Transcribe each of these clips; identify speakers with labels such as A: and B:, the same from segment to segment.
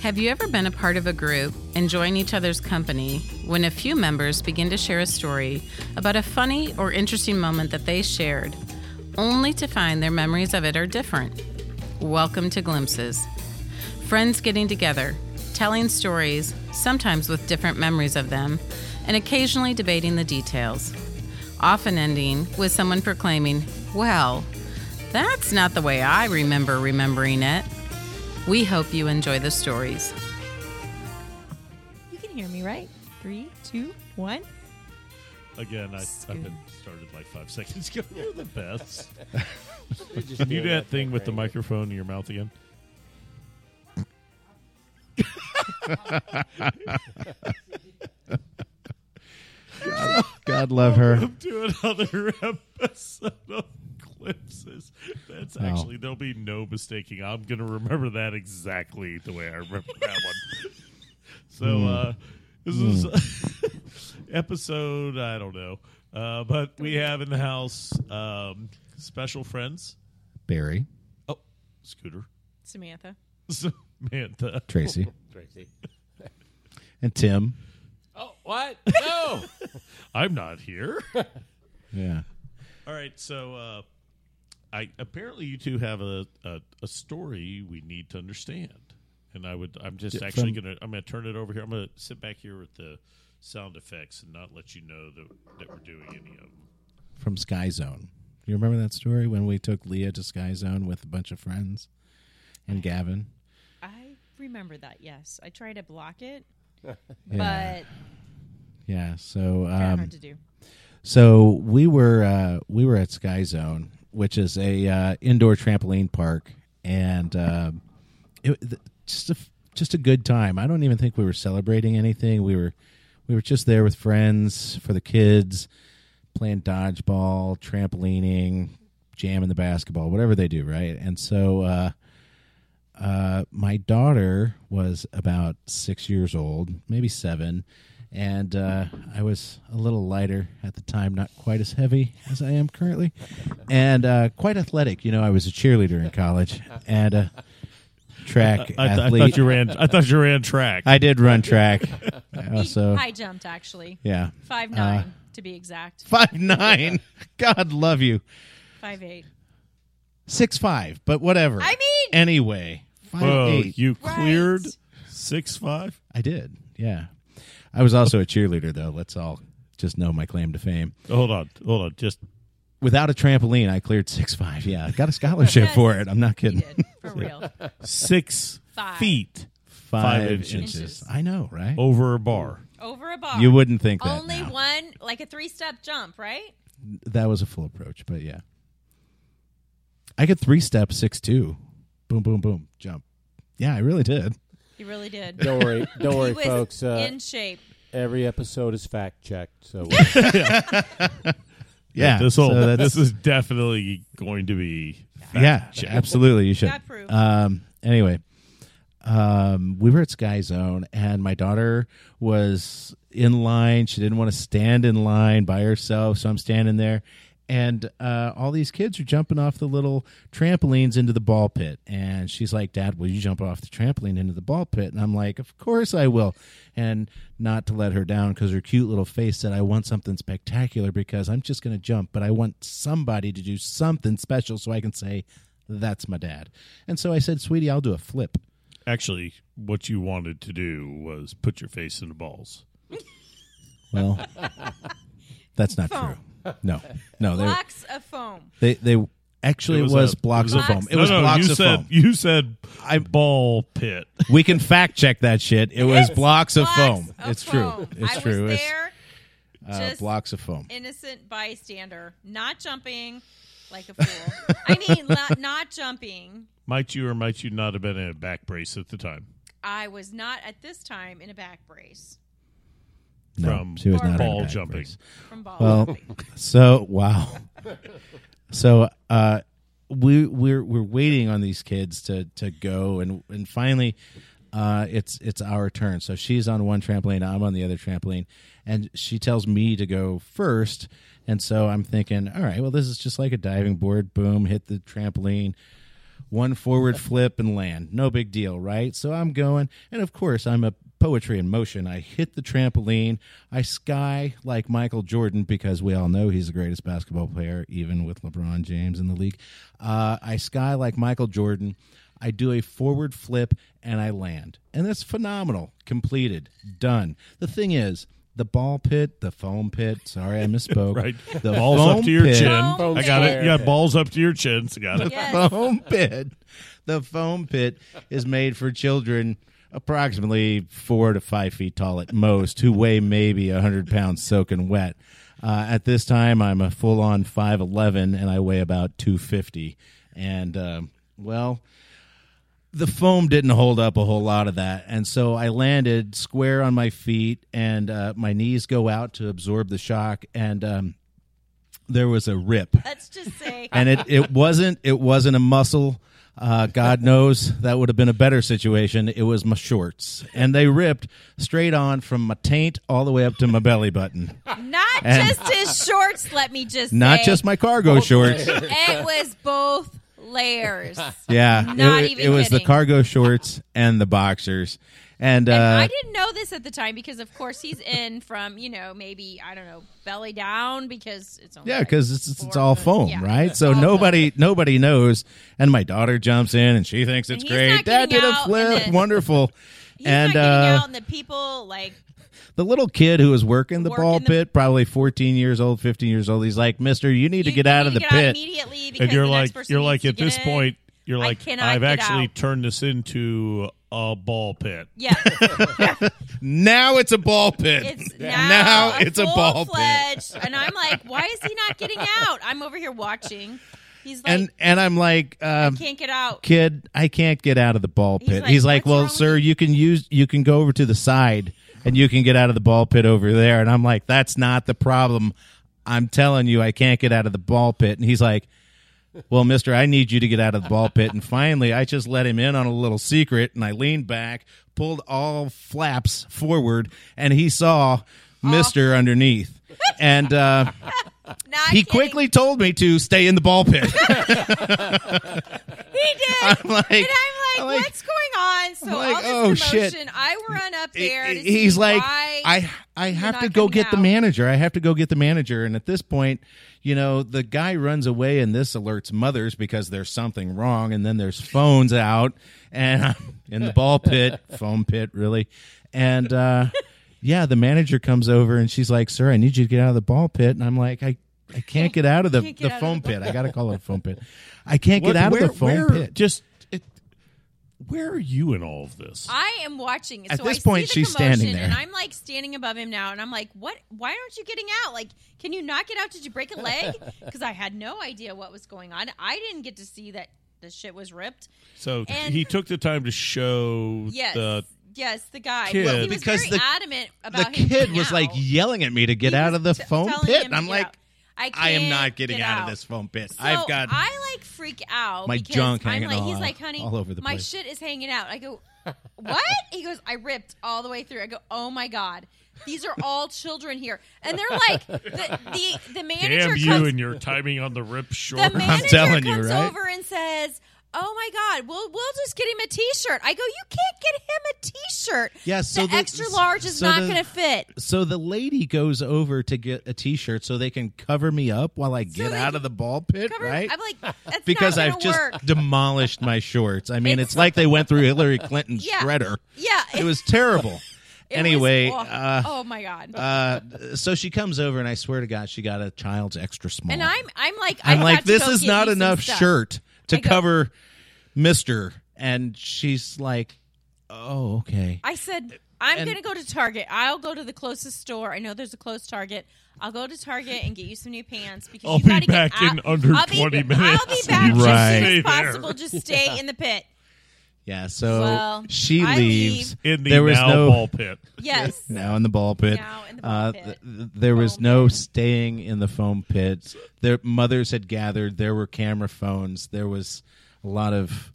A: Have you ever been a part of a group, enjoying each other's company, when a few members begin to share a story about a funny or interesting moment that they shared, only to find their memories of it are different? Welcome to Glimpses. Friends getting together, telling stories, sometimes with different memories of them, and occasionally debating the details, often ending with someone proclaiming, Well, that's not the way I remember remembering it. We hope you enjoy the stories.
B: You can hear me, right? Three, two, one.
C: Again, I, I've been started like five seconds ago. You're the best.
D: Just
C: You do that thing with the
D: right?
C: microphone in your mouth again.
E: God love her.
C: I'm doing another episode of glimpses. That's
E: Wow.
C: actually there'll be no mistaking. I'm gonna remember that exactly the way I remember that one. So uh, this is episode I don't know, uh, but we have in the house um, special friends.
E: Barry,
C: Oh, Scooter,
B: Samantha.
C: Samantha,
E: Tracy,
D: Tracy.
E: and Tim.
D: Oh, what? No.
C: I'm not here.
E: Yeah.
C: All right, so uh, I apparently you two have a, a a story we need to understand, and I would I'm just
E: Yeah,
C: actually
E: from-
C: gonna I'm gonna turn it over here. I'm gonna sit back here with the sound effects and not let you know that that we're doing any of them.
E: From Sky Zone. Do you remember that story when we took Leah to Sky Zone with a bunch of friends and Gavin?
B: I remember that, yes. I try to block it,
E: Yeah.
B: but
E: yeah. So
B: kind of
E: um,
B: hard to do.
E: so we were uh, we were at Sky Zone, which is a uh, indoor trampoline park, and um it, th- just a f- just a good time. I don't even think we were celebrating anything. We were we were just there with friends for the kids, playing dodgeball, trampolining, jamming the basketball, whatever they do, right? And so uh, uh, my daughter was about six years old, maybe seven, and uh, I was a little lighter at the time, not quite as heavy as I am currently, and uh, quite athletic. You know, I was a cheerleader in college and a track athlete. I,
C: ran I thought you ran track.
E: did run track. I also, Uh,
B: I jumped, actually.
E: yeah,
B: Five nine, to be exact.
E: five nine. God love you.
B: Five eight.
E: Six five, but whatever.
B: I mean-
E: anyway, five
C: Whoa,
E: eight.
C: you
B: Right.
C: cleared six five.
E: I did. Yeah. I was also a cheerleader, though. Let's all just know my claim to fame.
C: Hold on, hold on, just
E: Without a trampoline, I cleared six five. Yeah, I got a scholarship
B: Yes.
E: for it. I'm not
B: You
E: kidding.
B: did, for real.
C: six
B: Five.
C: feet
E: Five,
C: Five Oh.
E: inches.
B: inches.
E: I know, right?
C: over a bar.
B: Over a bar.
E: You wouldn't think that.
B: Only
E: now.
B: one, like a three step jump, right?
E: That was a full approach, but yeah. I could three step six two, boom, boom, boom, jump. Yeah, I really did.
B: You really did.
D: don't worry, don't
B: He
D: worry,
B: was
D: folks. Uh,
B: in shape.
D: every episode is fact checked, so
E: Yeah,
C: this whole
E: so that's-
C: this is definitely going to be
E: yeah, absolutely. You should.
B: Got proof.
E: Um, anyway, um, we were at Sky Zone, and my daughter was in line. She didn't want to stand in line by herself, so I'm standing there, and uh, all these kids are jumping off the little trampolines into the ball pit, and she's like, "Dad, will you jump off the trampoline into the ball pit?" And I'm like, "Of course I will," and not to let her down because her cute little face said, "I want something spectacular because I'm just going to jump, but I want somebody to do something special so I can say." That's my dad. And so I said, Sweetie, I'll do a flip.
C: actually what you wanted to do was put your face in the balls.
E: Well, that's not
B: Foam.
E: true. No, no, they,
B: Blocks of foam.
E: they, they actually
C: It
E: it
C: was
E: was,
C: a-
E: blocks
B: it was
E: of
B: a-
E: foam. It
C: no,
E: was
C: no,
E: blocks
C: you
E: of
C: said
E: foam.
C: you said I ball pit.
E: We can fact check that shit. It was
B: Yes,
E: blocks of foam.
B: of
E: it's
B: foam.
E: true. It's
B: I
E: true.
B: Was
E: It's
B: there,
E: uh,
B: just
E: blocks of foam.
B: innocent bystander, not jumping like a fool. I mean, not, not jumping.
C: Might you or might you not have been in a back brace at the time?
B: I was not at this time in a back brace
E: No,
C: from
E: she was not in
C: Um, ball
E: back
C: jumping.
E: brace.
B: from ball.
E: Well, so wow. So uh, we we're we're waiting on these kids to to go and and finally uh, it's it's our turn. So she's on one trampoline, I'm on the other trampoline, and she tells me to go first. And so I'm thinking, all right, well this is just like a diving board. Boom, hit the trampoline. one forward flip and land. No big deal, right? So I'm going, and of course, I'm a poetry in motion. I hit the trampoline. I sky like Michael Jordan because we all know he's the greatest basketball player, even with LeBron James in the league. Uh, I sky like Michael Jordan. I do a forward flip and I land. And that's phenomenal. Completed. Done. The thing is, the ball pit, the foam pit. Sorry, I misspoke.
C: Right.
E: The
C: balls
E: foam
C: up to your
E: pit-
C: chin.
B: Foam
C: I got it.
D: pit.
C: Yeah, balls up to your chin. So got it.
B: Yes.
E: foam pit. The foam pit is made for children approximately four to five feet tall at most, who weigh maybe a 100 pounds soaking wet. Uh, at this time, I'm a full on 5'11 and I weigh about 250. And, um, well, the foam didn't hold up a whole lot of that. And so I landed square on my feet and uh, my knees go out to absorb the shock. And um, there was a rip
B: Let's just say
E: and it, it wasn't it wasn't a muscle. Uh, God knows that would have been a better situation. It was my shorts, and they ripped straight on from my taint all the way up to my belly button.
B: not
E: And-
B: just his shorts. Let me just
E: Not
B: say.
E: just my cargo shorts.
B: It was both layers.
E: Yeah,
B: Not
E: it,
B: even
E: it was the
B: kidding.
E: cargo shorts and the boxers, and,
B: And
E: uh,
B: I didn't know this at the time because, of course, he's in from you know maybe I don't know belly down because it's only
E: yeah,
B: like
E: because it's, it's
B: four
E: all
B: foot-
E: foam,
B: yeah.
E: right? So
B: All foam.
E: nobody nobody knows. And my daughter jumps in, and she thinks it's
B: he's
E: great.
B: not
E: Dad
B: getting
E: did a
B: out, and
E: flip,
B: then-
E: wonderful.
B: He's
E: and
B: not getting
E: uh,
B: out, and the people like
E: the little kid who was working the
B: Working
E: ball
B: the-
E: pit, probably 14 years old, 15 years old, he's like, Mister, you need to
B: you
E: get out
B: need
E: of
B: to
E: the
B: get out
E: pit.
B: immediately because
C: and you're
B: the next
C: like,
B: person
C: you're
B: needs
C: like
B: to
C: at
B: get
C: this
B: in.
C: point, you're
B: I
C: like,
B: cannot
C: I've
B: get
C: actually
B: out."
C: turned this into a ball pit.
B: yeah,
E: Now it's a ball pit.
B: it's now,
E: now it's a ball pit.
B: fledged, and I'm like, why is he not getting out? I'm over here watching. He's like,
E: And and I'm like, um,
B: can't get out.
E: kid, I can't get out of the ball
B: He's
E: pit.
B: like,
E: He's like,
B: "What's wrong
E: well,
B: with
E: sir, you can use you can go over to the side and you can get out of the ball pit over there. And I'm like, that's not the problem. I'm telling you, I can't get out of the ball pit. And he's like, well, mister, I need you to get out of the ball pit. And finally, I just let him in on a little secret and I leaned back, pulled all flaps forward, and he saw mister underneath. And uh,
B: Not
E: he
B: kidding.
E: quickly told me to stay in the ball pit.
B: he did.
E: I'm like,
B: and I'm like, what's going on? So
E: I'm like,
B: all this
E: oh,
B: commotion,
E: shit.
B: I run up there.
E: He-
B: to
E: he's
B: see
E: like
B: why-
E: i i have
B: not
E: to go
B: coming
E: get the
B: out.
E: manager i have to go get the manager and at this point you know the guy runs away and this alerts mothers because there's something wrong and then there's phones out and i'm in the ball pit foam pit really and uh yeah the manager comes over and she's like sir i need you to get out of the ball pit and i'm like i I can't get out of the,
B: Can't get
E: the
B: out of
E: foam
B: the
E: pit. I gotta call it a foam pit. I can't get out of the foam
C: where,
E: pit.
C: Just it, where are you in all of this?
B: I am watching.
E: At
B: so
E: this
B: I
E: point,
B: see the
E: she's standing
B: commotion,
E: there.
B: and I'm like standing above him now, and I'm like, "What? Why aren't you getting out? Like, can you not get out? Did you break a leg? Because I had no idea what was going on. I didn't get to see that the shit was ripped.
C: so
B: and-
C: he took the time to show
B: Yes,
C: the
B: yes, the guy.
C: kid-
B: Well, he was
E: Because
B: very
E: the-
B: adamant
E: The
B: about him
E: kid
B: getting
E: was like
B: out.
E: yelling at me to get
B: He
E: out
B: was
E: of the
B: t-
E: foam
B: telling
E: pit.
B: him
E: And
B: to
E: I'm
B: get
E: like,
B: out. I,
E: I am not
B: can't
E: getting
B: get
E: out
B: out
E: of this foam pit.
B: So
E: I've got
B: I like freak out.
E: my
B: because
E: junk
B: I'm
E: hanging
B: like,
E: all
B: he's
E: out-
B: like, honey,
E: all over the
B: my
E: place."
B: shit is hanging out. I go, what? he goes, I ripped all the way through. I go, oh my god, these are all children here, and they're like, the the, the manager
C: damn you
B: comes,
C: and your timing on the rip short.
B: the manager
E: telling you,
B: comes
E: right?
B: over and says. Oh my God! We'll we'll just get him a T-shirt. I go. You can't get him a T-shirt.
E: Yeah, so
B: the,
E: the-
B: extra large is
E: so
B: not
E: the-
B: going to fit.
E: so the lady goes over to get a t-shirt so they can cover me up while I get
B: they
E: out
B: can
E: of the ball pit,
B: Cover-
E: right?
B: I'm like, that's not
E: because
B: gonna
E: I've just
B: work.
E: demolished my shorts. I mean,
B: It's-
E: it's, like they went through Hillary Clinton's
B: Yeah.
E: shredder.
B: yeah.
E: It was
B: it
E: terrible.
B: was
E: anyway,
B: awful.
E: uh,
B: oh my God.
E: uh, so she comes over, and I swear to God, she got a child's extra small.
B: And I'm I'm like
E: I'm
B: I've
E: like,
B: got to
E: this
B: go
E: is
B: get
E: not
B: you some
E: enough
B: stuff.
E: shirt to
B: I go-
E: cover Mister. And she's like, oh, okay.
B: I said I'm
E: And-
B: gonna go to Target. I'll go to the closest store. I know there's a close Target. I'll go to Target and get you some new pants because
C: I'll
B: you
C: be
B: gotta get
C: back in
B: out.
C: under
B: I'll be-
C: 20
B: I'll be
C: minutes.
B: back as
E: Right.
B: soon
C: Stay
B: as
C: there.
B: possible. Just stay in the pit.
E: Yeah, so
B: Well,
E: she
B: I
E: leaves.
C: in the
E: there was
C: now
E: no
C: ball pit.
B: Yes.
E: now in the ball pit.
B: Now in the ball
E: uh,
B: pit.
E: th- th- there was
B: Foam
E: no staying in the foam pit. Their mothers had gathered. There were camera phones. There was a lot of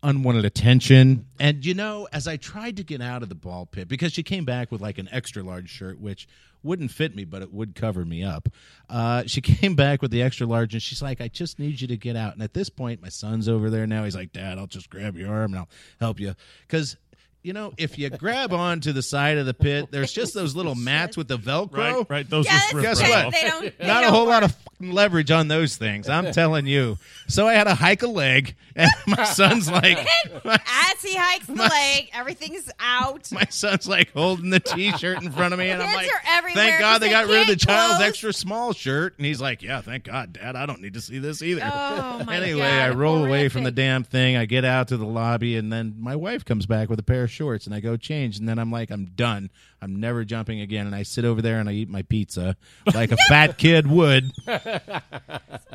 E: unwanted attention. And you know, as I tried to get out of the ball pit because she came back with like an extra large shirt, which wouldn't fit me, but it would cover me up. Uh, she came back with the extra large, and she's like, "I just need you to get out." And at this point, my son's over there now. He's like, "Dad, I'll just grab your arm and I'll help you," because. You know, if you grab onto the side of the pit, there's just those little mats with the Velcro
C: Right, right. Those
B: Yeah,
C: just
B: that's
C: rip
E: Guess
C: right
B: okay.
E: what?
C: off.
B: They don't. They
E: not a
B: don't
E: whole
B: work.
E: lot of fucking leverage on those things. I'm telling you. So I had to hike a leg, and my son's like, my,
B: As he hikes the leg, everything's out.
E: my son's like holding the t-shirt in front of me, and I'm
B: Kids
E: like,
B: are everywhere
E: thank God
B: 'cause
E: they
B: they
E: got rid of the
B: can't
E: child's
B: close."
E: extra small shirt. And he's like, yeah, thank God, Dad, I don't need to see this either.
B: Oh my
E: anyway,
B: god!
E: I roll away from the
B: horrific.
E: damn thing. I get out to the lobby, and then my wife comes back with a pair of shorts, and I go change. And then I'm like, I'm done. I'm never jumping again. And I sit over there and I eat my pizza like a fat kid would.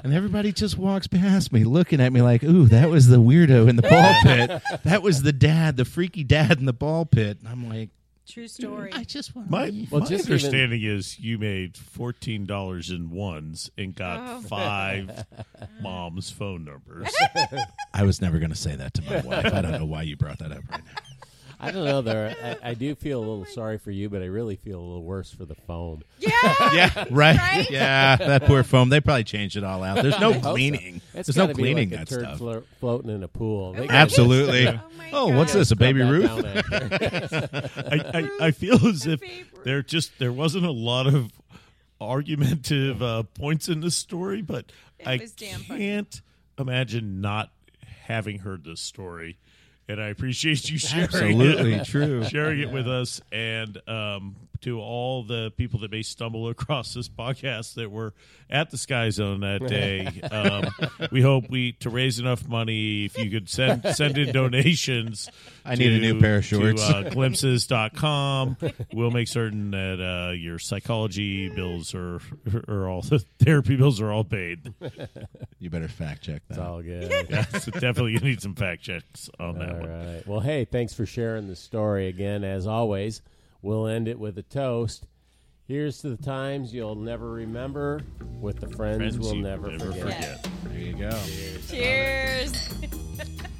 E: and everybody just walks past me, looking at me like, "Ooh, that was the weirdo in the ball pit. That was the dad, the freaky dad in the ball pit." And I'm like,
B: True story.
E: I just want.
C: My,
E: to
D: Well,
C: my
D: just even-
C: understanding is you made fourteen dollars in ones and got
B: Oh.
C: five mom's phone numbers.
E: I was never going to say that to my wife. I don't know why you brought that up right now.
D: I don't know. There, I, I do feel a little sorry for you, but I really feel a little worse for the foam.
B: yeah.
E: Yeah, right.
B: Right?
E: Yeah, that poor foam. They probably changed it all out. There's no cleaning.
D: It's
E: There's no
D: gotta be
E: cleaning
D: like a
E: that
D: turd
E: stuff.
D: flo- floating in a pool. They gotta
E: Absolutely.
B: Oh my
E: oh, what's
B: God.
E: this? A baby
D: scrub that
E: roof?
D: down out there.
C: I, I, I feel as if
B: favorite.
C: there just there wasn't a lot of argumentative uh, points in this story, but I
B: was damn funny.
C: can't imagine not having heard this story, and I appreciate you sharing
E: Absolutely
C: it,
E: true.
C: sharing it with us, and um, to all the people that may stumble across this podcast that were at the Sky Zone that day. Um, we hope we to raise enough money. If you could send send in donations,
E: I need a new pair of shorts.
C: To, uh, glimpses.com. We'll make certain that uh, your psychology bills are, are all the therapy bills are all paid.
E: You better fact check
D: It's
E: that.
D: all good.
C: Yeah, so definitely you need some fact checks on that
D: All
C: one.
D: right. Well, hey, thanks for sharing the story again. As always, we'll end it with a toast. Here's to the times you'll never remember with the friends,
C: Friends
D: we'll
C: you
D: never, forget.
B: forget.
E: There you go.
B: Cheers. Oh